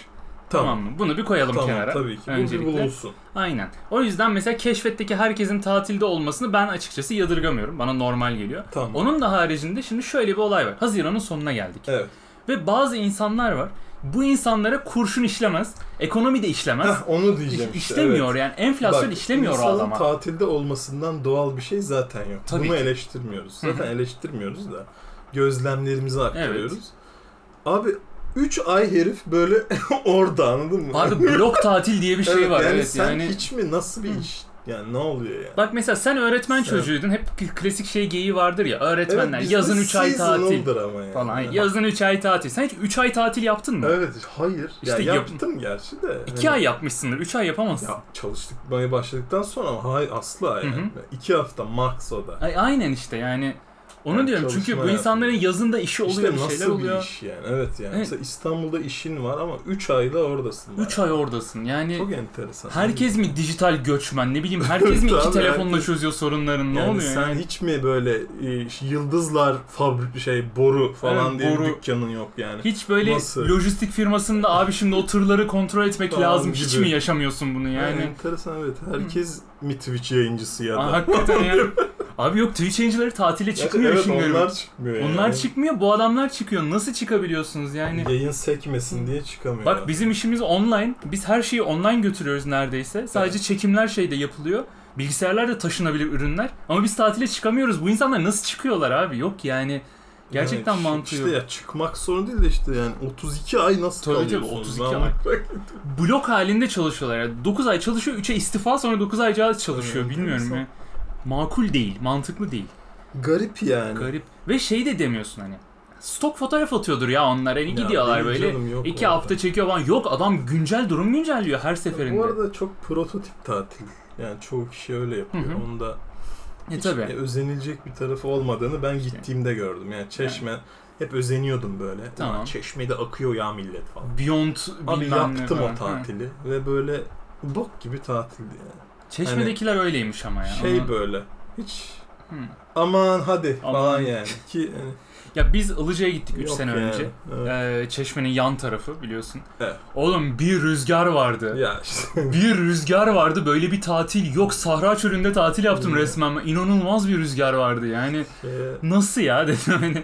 Tamam.
Tamam.
mı? Bunu bir koyalım
Tamam,
kenara.
tabii ki. Bu bir
Öncelikle.
bulunsun.
Aynen. O yüzden mesela keşfetteki herkesin tatilde olmasını ben açıkçası yadırgamıyorum. Bana normal geliyor.
Tamam.
Onun da haricinde şimdi şöyle bir olay var. Haziran'ın sonuna geldik.
Evet.
Ve bazı insanlar var. Bu insanlara kurşun işlemez. Ekonomi de işlemez.
Heh, onu
İş-
diyeceğim işte.
işlemiyor
evet.
yani. Enflasyon
Bak,
işlemiyor o
insanın
adama.
tatilde olmasından doğal bir şey zaten yok.
Tabii
Bunu
ki.
eleştirmiyoruz.
Hı hı.
Zaten eleştirmiyoruz da gözlemlerimizi aktarıyoruz. Abi 3 ay herif böyle orada anladın mı?
Abi blok tatil diye bir şey
Evet,
var.
yani
evet
sen
yani.
hiç mi nasıl bir
Hı.
iş? Yani ne oluyor yani?
Bak mesela sen öğretmen
Evet.
çocuğuydun. Hep k- klasik şey geyiği vardır ya. Öğretmenler
bizde
yazın 3 ay tatil
seasonal'dır ama yani.
falan.
Evet.
Yazın 3 ay tatil. Sen hiç 3 ay tatil yaptın mı?
Evet, hayır.
İşte
ya
yap-
yaptım gerçi de.
2
Hani-
ay yapmışsındır. 3 ay yapamazsın.
Ya çalışmaya başladıktan sonra hayır asla yani.
Hı hı.
İki hafta max o da.
Ay, aynen işte yani. Onu
Yani
diyorum çünkü bu
çalışma
insanların yazında işi oluyor
işte
bir şeyler
nasıl bir
oluyor.
iş yani. Evet yani.
Evet.
Mesela İstanbul'da işin var ama 3 ayla oradasın.
3 ay oradasın yani.
Çok enteresan.
Herkes mi dijital göçmen ne bileyim herkes mi
Tabii,
iki telefonla
herkes.
çözüyor sorunlarını ne
yani
oluyor
sen
yani?
hiç mi böyle e, yıldızlar fabri şey boru falan
Evet,
diye bir
boru.
dükkanın yok yani.
Hiç böyle
Nasıl?
lojistik firmasında abi şimdi o tırları kontrol etmek
Falan
lazım hiç
gibi.
mi yaşamıyorsun bunu
yani,
yani?
enteresan evet. Herkes mi Twitch yayıncısı ya da.
Aa, hakikaten ya. Abi yok Twitch yayıncıları tatile çıkmıyor
evet,
işin garibi.
onlar çıkmıyor yani.
Onlar çıkmıyor bu adamlar çıkıyor nasıl çıkabiliyorsunuz yani?
Yayın sekmesin diye çıkamıyor.
Bak bizim işimiz online. Biz her şeyi online götürüyoruz neredeyse. Sadece çekimler şeyde yapılıyor. Bilgisayarlar da taşınabilir ürünler. Ama biz tatile çıkamıyoruz. Bu insanlar nasıl çıkıyorlar abi? Yok yani. Gerçekten
yani,
mantığı
İşte
yok.
ya çıkmak sorun değil de işte yani 32 ay nasıl
Tabii tabii,
kalıyorsunuz?
32
lan?
Blok halinde çalışıyorlar. Yani 9 ay çalışıyor, 3'e istifa sonra 9 ay daha çalışıyor.
Evet,
Bilmiyorum
enteresan.
ya. Makul değil, mantıklı değil.
Garip yani.
Garip. Ve şey de demiyorsun hani. Stok fotoğraf atıyordur ya onlar. Hani
Ya
gidiyorlar
benim
böyle.
canım yok
2
orada.
hafta çekiyor falan. Yok adam güncel durum güncelliyor her seferinde.
Bu arada çok prototip tatil. Yani çoğu kişi öyle yapıyor.
Hı hı.
Onda
e
hiç
tabii.
e, özenilecek bir tarafı olmadığını ben gittiğimde gördüm. Yani çeşme hep özeniyordum böyle. Ulan
Tamam.
çeşmede akıyor ya millet falan.
Beyond
Abi
bilmem ne
yaptım
falan.
o
Ha.
tatili ve böyle bok gibi tatildi yani.
Çeşmedekiler öyleymiş ama ya.
Şey
Onu-
böyle hiç
Hı.
aman hadi
Aman.
falan yani. e, Ki yani,
Ya biz Ilıca'ya gittik 3
yok
sene
yani.
önce.
Evet.
Ee, çeşmenin yan tarafı biliyorsun.
Evet.
Oğlum bir rüzgar vardı.
Ya işte.
Bir rüzgar vardı böyle bir tatil yok. Sahra çölünde tatil yaptım
Hmm.
resmen. İnanılmaz bir rüzgar vardı yani.
Ee,
Nasıl ya dedim hani.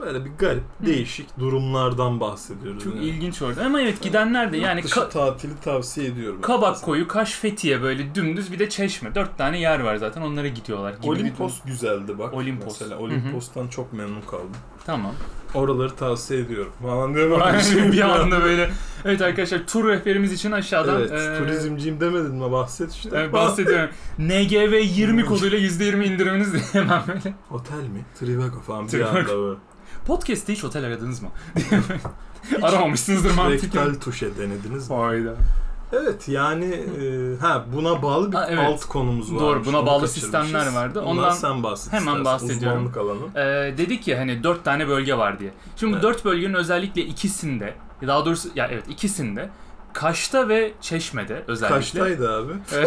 Böyle bir garip, değişik durumlardan bahsediyoruz.
Çok
yani.
ilginç orada. Ama evet gidenler de yani
Yurt dışı
ka-
tatili tavsiye ediyorum.
Kabak koyu, Kaş Fethiye böyle dümdüz bir de Çeşme. Dört tane yer var zaten onlara gidiyorlar. gibi bir durum.
Olimpos güzeldi bak.
Olimpos.
Mesela Olimpos'tan çok memnun kaldım.
Tamam.
Oraları tavsiye ediyorum. Falan diye
Ben
bak.
şimdi bir anda böyle. Evet arkadaşlar tur rehberimiz için aşağıdan
Evet,
eee,
turizmciyim demedin mi? Bahset işte.
eee, bahsediyorum. NGV 20 koduyla %20 indiriminiz diye hemen böyle.
Otel mi? Trivago falan bir
Trivago.
anda böyle.
Podcast'te hiç otel aradınız mı?
Hiç
Aramamışsınızdır mantıken.
Rektal tuşe denediniz mi?
Hayda.
Evet yani e, ha buna bağlı bir
Ha, evet.
alt konumuz var.
Doğru, buna bağlı sistemler vardı.
Ondan
Ondan
sen bahset
hemen
istersen.
bahsediyorum.
Uzmanlık alanı.
Eee dedik ya hani dört tane bölge var diye. Şimdi
Evet.
bu dört bölgenin özellikle ikisinde, daha doğrusu ya evet ikisinde Kaş'ta ve Çeşme'de özellikle.
Kaçtaydı abi?
Eee,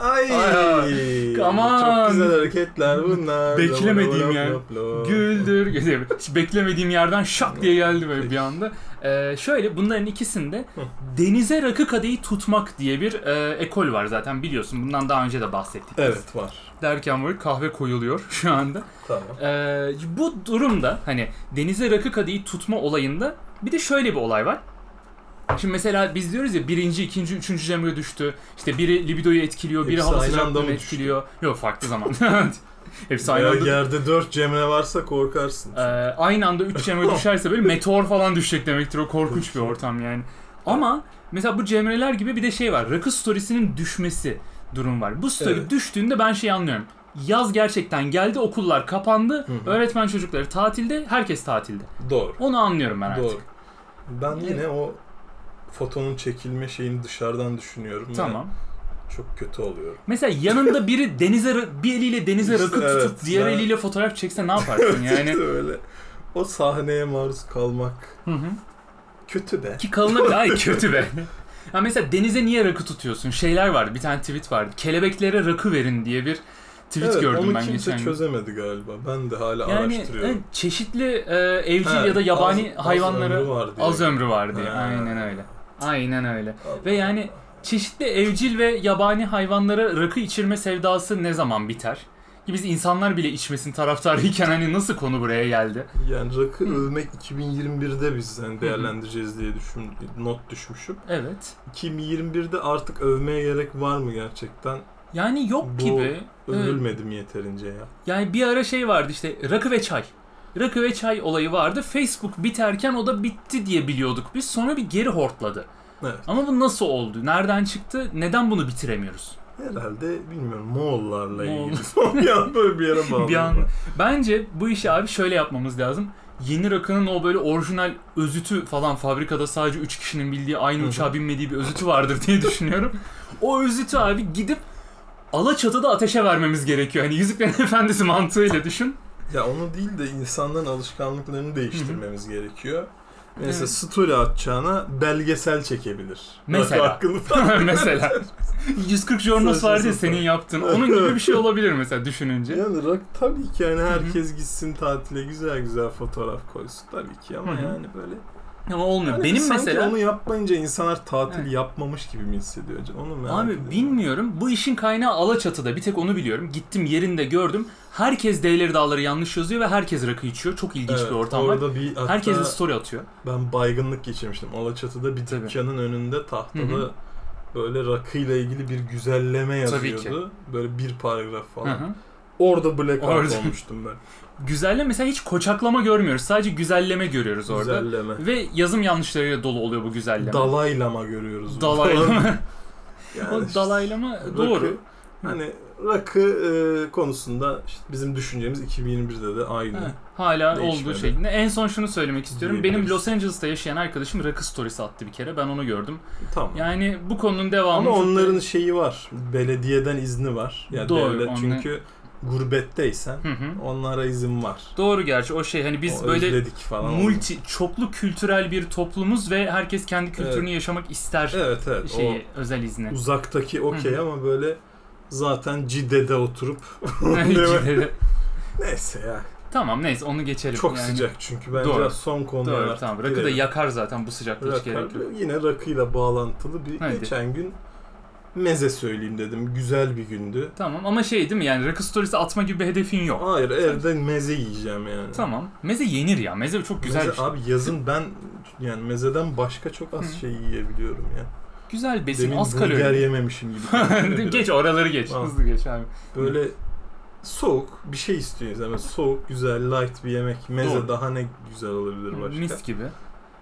Ay,
Ay, aman.
Çok güzel hareketler bunlar.
Beklemediğim
Lop,
yani.
lop, lop.
Güldür. güldür. Hiç beklemediğim yerden şak diye geldi böyle bir anda. Ee, şöyle bunların ikisinde
Hı.
denize rakı kadehi tutmak diye bir e, ekol var zaten biliyorsun. Bundan daha önce de bahsettik. biz.
Evet var.
Derken böyle kahve koyuluyor şu anda.
Tamam.
Ee, bu durumda hani denize rakı kadehi tutma olayında bir de şöyle bir olay var. Şimdi mesela biz diyoruz ya birinci, ikinci, üçüncü cemre düştü. İşte biri libidoyu etkiliyor, biri
Hepsi
hava
aynı anda
sıcaklığını
mı düştü?
etkiliyor. Yok farklı zaman. Hepsi aynı
Eğer
anda.
yerde 4 Cemre varsa korkarsın.
Ee, aynı anda 3 cemre düşerse böyle meteor falan düşecek demektir. O korkunç bir ortam yani. Ama mesela bu cemreler gibi bir de şey var. Rakı storiesinin düşmesi durum var. Bu story
Evet.
düştüğünde ben şey anlıyorum. Yaz gerçekten geldi, okullar kapandı.
Hı hı.
Öğretmen çocukları tatilde, herkes tatilde.
Doğru.
Onu anlıyorum ben artık.
Doğru. Ben yine o fotonun çekilme şeyini dışarıdan düşünüyorum. ve
Tamam.
Çok kötü oluyorum.
Mesela yanında biri denize ra- bir eliyle denize
İşte
rakı tutup
evet,
diğer
ben-
eliyle fotoğraf çekse ne yaparsın yani?
Öyle. O sahneye maruz kalmak
Hı hı.
kötü be.
Ki kalınabilir. Ay kötü be. Ya mesela denize niye rakı tutuyorsun? Şeyler vardı. Bir tane tweet vardı. Kelebeklere rakı verin diye bir tweet
evet,
gördüm
onu
ben
kimse
geçen gün.
çözemedi galiba. Ben de hala
Yani
araştırıyorum.
evet, çeşitli e, evcil
Ha,
ya da yabani
az- az
hayvanlara
ömrü var diye.
az ömrü var diye.
Ha.
Aynen öyle. Aynen öyle.
Allah
Ve yani çeşitli evcil ve yabani hayvanlara rakı içirme sevdası ne zaman biter? Ki biz insanlar bile içmesin taraftarıyken hani nasıl konu buraya geldi?
Yani rakı
Hı.
ölmek 2021'de biz yani değerlendireceğiz diye düşün, not düşmüşüm.
Evet.
2021'de artık övmeye gerek var mı gerçekten?
Yani yok
Bu
gibi. Evet.
Övülmedim yeterince ya.
Yani bir ara şey vardı işte rakı ve çay. Rakı ve çay olayı vardı. Facebook biterken o da bitti diye biliyorduk biz. Sonra bir geri hortladı.
Evet.
Ama bu nasıl oldu? Nereden çıktı? Neden bunu bitiremiyoruz?
Herhalde bilmiyorum Moğollarla
Moğol.
ilgili. Son bir an böyle bir yere bağlı.
Bir an- Bence bu işi abi şöyle yapmamız lazım. Yeni rakının o böyle orijinal özütü falan fabrikada sadece 3 kişinin bildiği aynı
Hı hı.
uçağa binmediği bir özütü vardır diye düşünüyorum. o özütü abi gidip Alaçatı'da ateşe vermemiz gerekiyor. Hani Yüzüklerin Efendisi mantığıyla düşün.
Ya onu değil de insanların alışkanlıklarını değiştirmemiz gerekiyor. Mesela
Evet.
story atacağına belgesel çekebilir.
Mesela.
Rakı hakkında falan.
mesela 140 Jornos
Saçma
vardı ya
sapan.
senin yaptığın. Onun gibi bir şey olabilir mesela düşününce.
Yani rak tabii ki yani herkes gitsin tatile güzel güzel fotoğraf koysun tabii ki ama
Hı hı.
yani böyle
Ama olmuyor.
Hani
Benim
sanki
mesela
onu yapmayınca insanlar tatil
Evet.
yapmamış gibi mi hissediyor? acaba? Onu merak
abi
ediyorum.
bilmiyorum. Bu işin kaynağı Alaçatı'da. Bir tek onu biliyorum. Gittim yerinde gördüm. Herkes D'leri dağları yanlış yazıyor ve herkes rakı içiyor. Çok ilginç
Evet,
bir ortam var.
orada bir hatta
Herkes bir story atıyor.
ben baygınlık geçirmiştim. Alaçatı'da bir
Tabii.
dükkanın önünde tahtada
Hı hı.
böyle rakıyla ilgili bir güzelleme
Tabii
yazıyordu.
ki.
Böyle bir paragraf falan.
Hı hı.
Orada blackout
Orada.
olmuştum ben.
Güzelleme mesela hiç koçaklama görmüyoruz. Sadece güzelleme görüyoruz orada.
Güzelleme.
Ve yazım yanlışlarıyla dolu oluyor bu güzelleme.
Dalaylama görüyoruz.
Dalaylama.
Yani
o
işte
dalaylama
rakı-
doğru.
Hani rakı e, konusunda işte bizim düşüncemiz 2021'de de aynı.
Evet, hala
Değişmedi.
olduğu şeklinde. En son şunu söylemek istiyorum.
Diyebiliriz.
Benim Los Angeles'ta yaşayan arkadaşım rakı storiesi attı bir kere. Ben onu gördüm.
Tamam.
Yani bu konunun devamı...
Ama
çok da-
onların şeyi var. Belediyeden izni var. Ya
Doğru,
devlet
onlar-
çünkü gurbetteysen
Hı hı.
onlara izin var.
Doğru gerçi o şey hani biz
O
böyle
özledik falan.
multi, çoklu kültürel bir toplumuz ve herkes kendi kültürünü yaşamak ister
Evet evet.
şeyi, özel izni.
O uzaktaki okey ama böyle zaten Cide'de oturup
Hani Ciddi.
neyse ya.
tamam neyse onu geçelim.
Çok
Yani-
sıcak çünkü bence
Doğru.
son konuya
Doğru
artık
tamam. Rakı da
girelim.
yakar zaten bu sıcakta hiç
Rakı-
gerek yok.
Yine rakıyla bağlantılı bir
Haydi.
geçen gün meze söyleyeyim dedim. Güzel bir gündü.
Tamam ama şey değil mi yani rakı storiesi atma gibi bir hedefin yok.
Hayır evde meze yiyeceğim yani.
Tamam. Meze yenir ya. Meze çok güzel
Meze-
bir şey.
Abi yazın ben yani mezeden başka çok az
Hı.
şey yiyebiliyorum ya.
Güzel besin,
Demin
az
burger
kalori.
yememişim gibi.
geç oraları geç.
Tamam.
Hızlı geç abi.
Böyle soğuk bir şey istiyoruz ama soğuk güzel light bir yemek meze
Doğru.
daha ne güzel olabilir başka.
Mis gibi.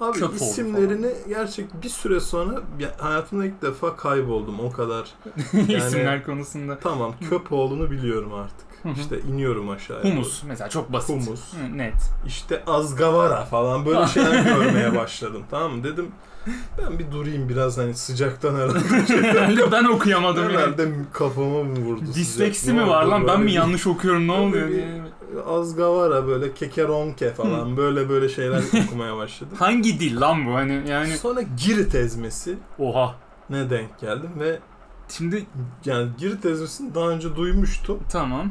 Abi
Çöp oldu
isimlerini gerçek bir süre sonra ya- hayatımda ilk defa kayboldum o kadar.
İsimler konusunda.
Tamam köp olduğunu biliyorum artık.
Hı hı.
İşte iniyorum aşağıya.
Humus mesela çok basit.
Humus.
Hı, net.
doğru. İşte azgavara falan böyle şeyler görmeye başladım tamam mı? Dedim ben bir durayım biraz hani sıcaktan herhalde.
Herhalde ben okuyamadım ya.
Herhalde kafama mı vurdu sıcak?
Disleksi
Ne
mi
oldu
var lan?
böyle
Ben mi
bir-
yanlış okuyorum? Ne
Böyle
oluyor
bir-
diye.
Azgavara böyle kekeronke falan böyle böyle şeyler okumaya başladım.
Hangi dil lan bu? Hani yani
Sonra Girit ezmesi
oha.
ne denk geldim ve
Şimdi
yani Girit ezmesini daha önce duymuştum
tamam.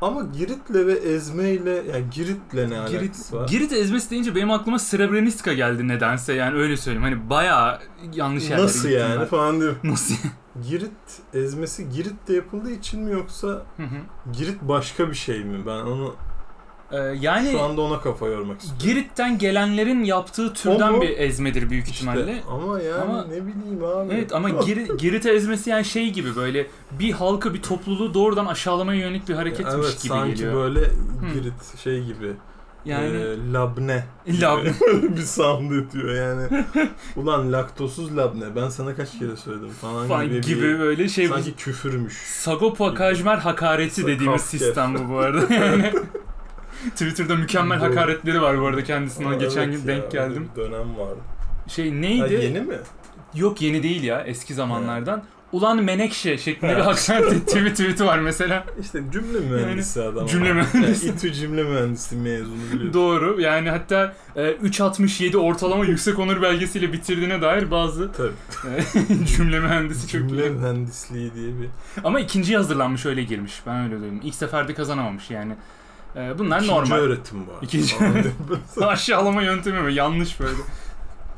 ama Girit'le ve ezmeyle yani Girit'le ne alakası
Girit,
var?
Girit ezmesi deyince benim aklıma Srebrenistka geldi nedense. Yani öyle söyleyeyim. Hani bayağı yanlış yerlere
Nasıl
gittim
yani
ben.
falan diyorum.
Nasıl?
Girit ezmesi Girit'te yapıldığı için mi yoksa
Hı hı.
Girit başka bir şey mi? Ben onu
Ee, yani
Şu anda ona kafa yormak istiyorum.
Girit'ten gelenlerin yaptığı türden
mu?
bir ezmedir büyük ihtimalle.
İşte, ama yani
Ama-
ne bileyim abi.
Evet ama Giri- Girit'e ezmesi yani şey gibi böyle bir halkı bir topluluğu doğrudan aşağılamaya yönelik bir hareketmiş
evet,
gibi
sanki
geliyor.
böyle Girit şey gibi.
Yani
e, labne.
Labne.
Böyle bir sound ediyor yani. Ulan laktosuz labne. Ben sana kaç kere söyledim falan,
falan
gibi.
gibi,
bir-
böyle şey
sanki küfürmüş.
Sagopa Kajmer hakareti
Sa-
dediğimiz
Kafka.
sistem bu bu arada yani. Twitter'da mükemmel
Doğru.
hakaretleri var bu arada kendisine.
Ama
Geçen
evet
gün
ya,
denk
öyle
geldim.
bir dönem vardı.
Şey
Ha,
neydi?
yeni mi?
Yok yeni değil ya eski zamanlardan. Ulan menekşe şeklinde bir hakaret ettiği bir tweet'i var mesela.
İşte cümle mühendisi adam.
cümle
Yani
mühendisi.
İTÜ cümle mühendisi mezunu biliyorsun.
Doğru yani hatta e, 3.67 ortalama yüksek onur belgesiyle bitirdiğine dair bazı
Tabii.
cümle mühendisi çok
Cümle
iyi.
mühendisliği diye bir.
Ama ikinciye hazırlanmış öyle girmiş ben öyle duydum. İlk seferde kazanamamış yani. E, bunlar
İkinci
normal.
öğretim bu arada.
İkinci- Aşağılama yöntemi mi? Yanlış böyle.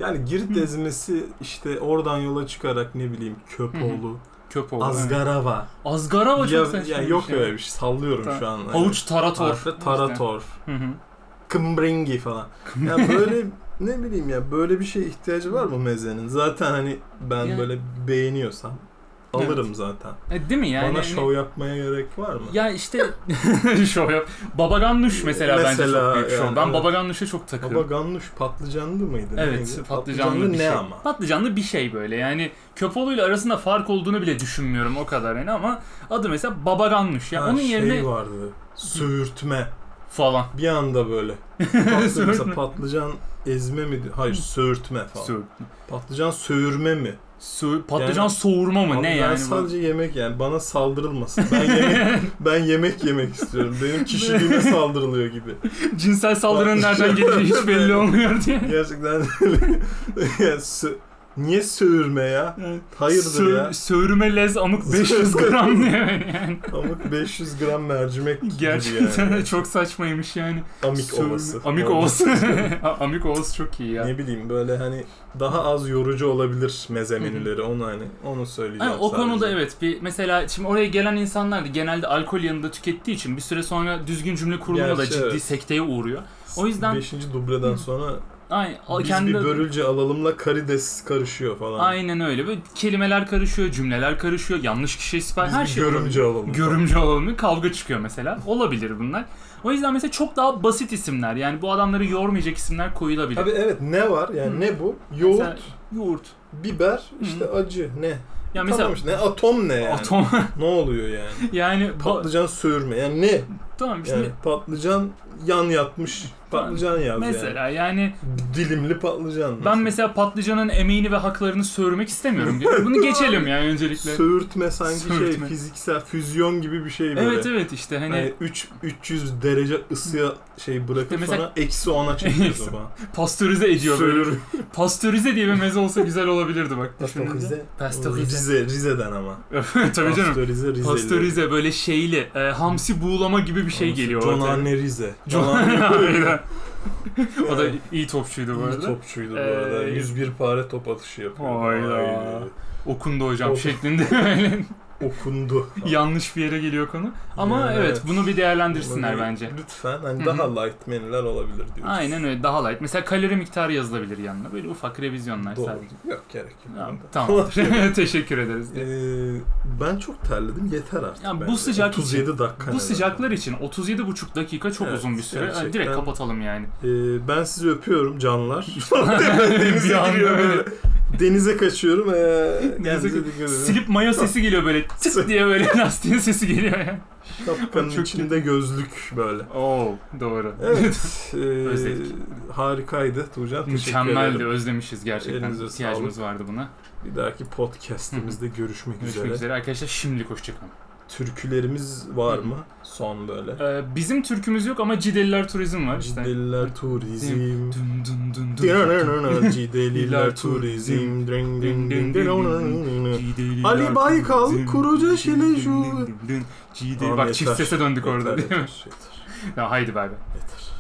yani Girit ezmesi işte oradan yola çıkarak ne bileyim Köpoğlu,
Köp oldu.
Azgarava.
Azgara
Ya,
çok saçma.
ya
bir
yok
şey.
öyle bir şey. Sallıyorum
Ta-
şu an. Yani.
Havuç tarator.
Harfle Tarator.
Hı hı.
Kımbringi falan. Ya böyle ne bileyim ya böyle bir şeye ihtiyacı var mı mezenin? Zaten hani ben
Yani-
böyle beğeniyorsam alırım zaten.
E, değil mi yani?
Bana
Hani-
şov yapmaya gerek var mı?
Ya işte şov yap. Baba Ganoush mesela, bence
Mesela
çok büyük şov.
yani,
Ben
evet.
Baba Ganoush'a çok takığım.
Baba gannuş patlıcanlı mıydı?
Evet
Neydi?
patlıcanlı bir
ne
şey.
ama?
Patlıcanlı bir şey böyle yani köpoğluyla arasında fark olduğunu bile düşünmüyorum o kadar yani ama adı mesela babaganmış ya
Ha,
onun
şey
yerine
vardı. Söğürtme.
falan
Bir anda böyle. Patlı, mesela patlıcan ezme mi? diyor? Hayır söğürtme falan.
Sö-
Patlıcan söğürme mi?
sö- patlıcan
Yani-
soğurma mı
Abi
ne
ben
yani bu?
sadece yemek yani bana saldırılmasın. Ben yemek, ben yemek yemek istiyorum. Benim kişiliğime saldırılıyor gibi.
cinsel saldırının nereden geleceği hiç belli olmuyor diye.
Gerçekten öyle. Yani sö- Niye söğürme ya?
Evet.
Hayırdır
Sö-
ya?
Söğürme lez amık 500 gram diye yani.
Amık 500 gram mercimek gibi
Gerçekten
yani.
de çok saçmaymış yani.
Amik
Sö-
ovası.
Amik ovası. amik ovası çok iyi ya.
Ne bileyim böyle hani daha az yorucu olabilir meze menüleri. Onu hani onu söyleyeceğim.
Hani o
sadece.
konuda evet bir mesela şimdi oraya gelen insanlar da genelde alkol yanında tükettiği için bir süre sonra düzgün cümle kurulma da
Gerçi
ciddi
evet.
sekteye uğruyor. O yüzden-
Beşinci dubleden sonra
Ay, o
biz
kendi
bir börülce alalımla karides karışıyor falan.
Aynen öyle. Böyle kelimeler karışıyor, cümleler karışıyor, yanlış kişiye sipariş
Biz
her
bir
şey
görümce
olabilir.
alalım.
Görümce alalım. Kavga çıkıyor mesela. Olabilir bunlar. O yüzden mesela çok daha basit isimler yani bu adamları yormayacak isimler koyulabilir.
Abi evet ne var yani
Hı.
ne bu? Yoğurt,
Mesela yoğurt.
biber,
Hı.
işte acı ne?
Ya
Tamam
mesela
işte, ne atom ne yani?
atom
Ne oluyor yani?
yani ba-
Patlıcan söğürme yani ne?
tamam işte
Yani patlıcan yan yatmış. Patlıcan yaz yani.
mesela yani
Dilimli patlıcan.
Ben mesela patlıcanın emeğini ve haklarını sövmek istemiyorum. Bunu geçelim yani öncelikle.
Söğürtme sanki
Söğürtme.
şey fiziksel füzyon gibi bir şey böyle.
Evet evet işte hani
Hani 3 300 derece ısıya şey bırakıp
İşte mesela-
sonra eksi 10'a çekiyorsun
Eksi-
falan.
pastörize ediyor böyle.
Söylüyorum.
pastörize diye bir meze olsa güzel olabilirdi bak düşününce.
Pastörize.
Pastörize.
Rize, Rize'den ama.
Tabii canım.
Pastörize Rizeli.
Pastörize böyle şeyli, e, hamsi buğulama gibi bir şey geliyor
John
ortaya.
Anne Rize.
John- Aynen. O da
Yani
iyi topçuydu bu
iyi
arada.
topçuydu bu
Ee,
arada. 101 pare top atışı yapıyor.
Hayda.
Vay.
Okundu hocam
Okun.
şeklinde böyle
Okundu.
yanlış bir yere geliyor konu. Ama
Yani
evet
evet.
bunu bir değerlendirsinler
Bunu
bence.
Lütfen hani
Hı hı.
daha light menüler olabilir diyoruz.
Aynen öyle daha light. Mesela kalori miktarı yazılabilir yanına. Böyle ufak revizyonlar
Doğru.
sadece.
Yok gerek yok.
Tamam.
bunda.
Tamamdır. Teşekkür ederiz.
Ee, ben çok terledim. Yeter artık.
Ya bu
bence.
sıcak için-
37 dakika.
Bu
herhalde.
sıcaklar için 37,5 dakika çok
Evet,
uzun bir süre. Hani
gerçekten.
Direkt kapatalım yani.
Ee, ben sizi öpüyorum canlar. Denize
Bir anda
giriyor
böyle.
böyle. Denize kaçıyorum. Ee,
Denize
kendinize dikkat edin.
Silip mayo sesi geliyor böyle tık diye böyle lastiğin sesi geliyor yani.
Şapkanın
Çok
içinde gözlük böyle.
Oo doğru.
Evet. e,
Özledik.
harikaydı Tuğcan. Teşekkür
Mükemmeldi
ederim.
özlemişiz gerçekten.
Elinize
İhtiyacımız vardı buna.
Bir dahaki podcast'imizde görüşmek
Görüşmek
üzere.
üzere arkadaşlar şimdilik hoşçakalın.
Türkülerimiz var mı? Son böyle.
Ee, bizim türkümüz yok ama Cideliler Turizm var işte.
Cideliler turizm.
Dun dun dun dun.
Cideliler turizm. Dring ding ding ding.
Cideliler
Ali Baykal,
Turizm.
Kuruca Şile
Dun dun dun dun. Cideli. Bak çift
Yeter.
sese döndük
Yeter,
orada değil mi?
yeter, yeter,
Ya haydi bay bay.
yeter.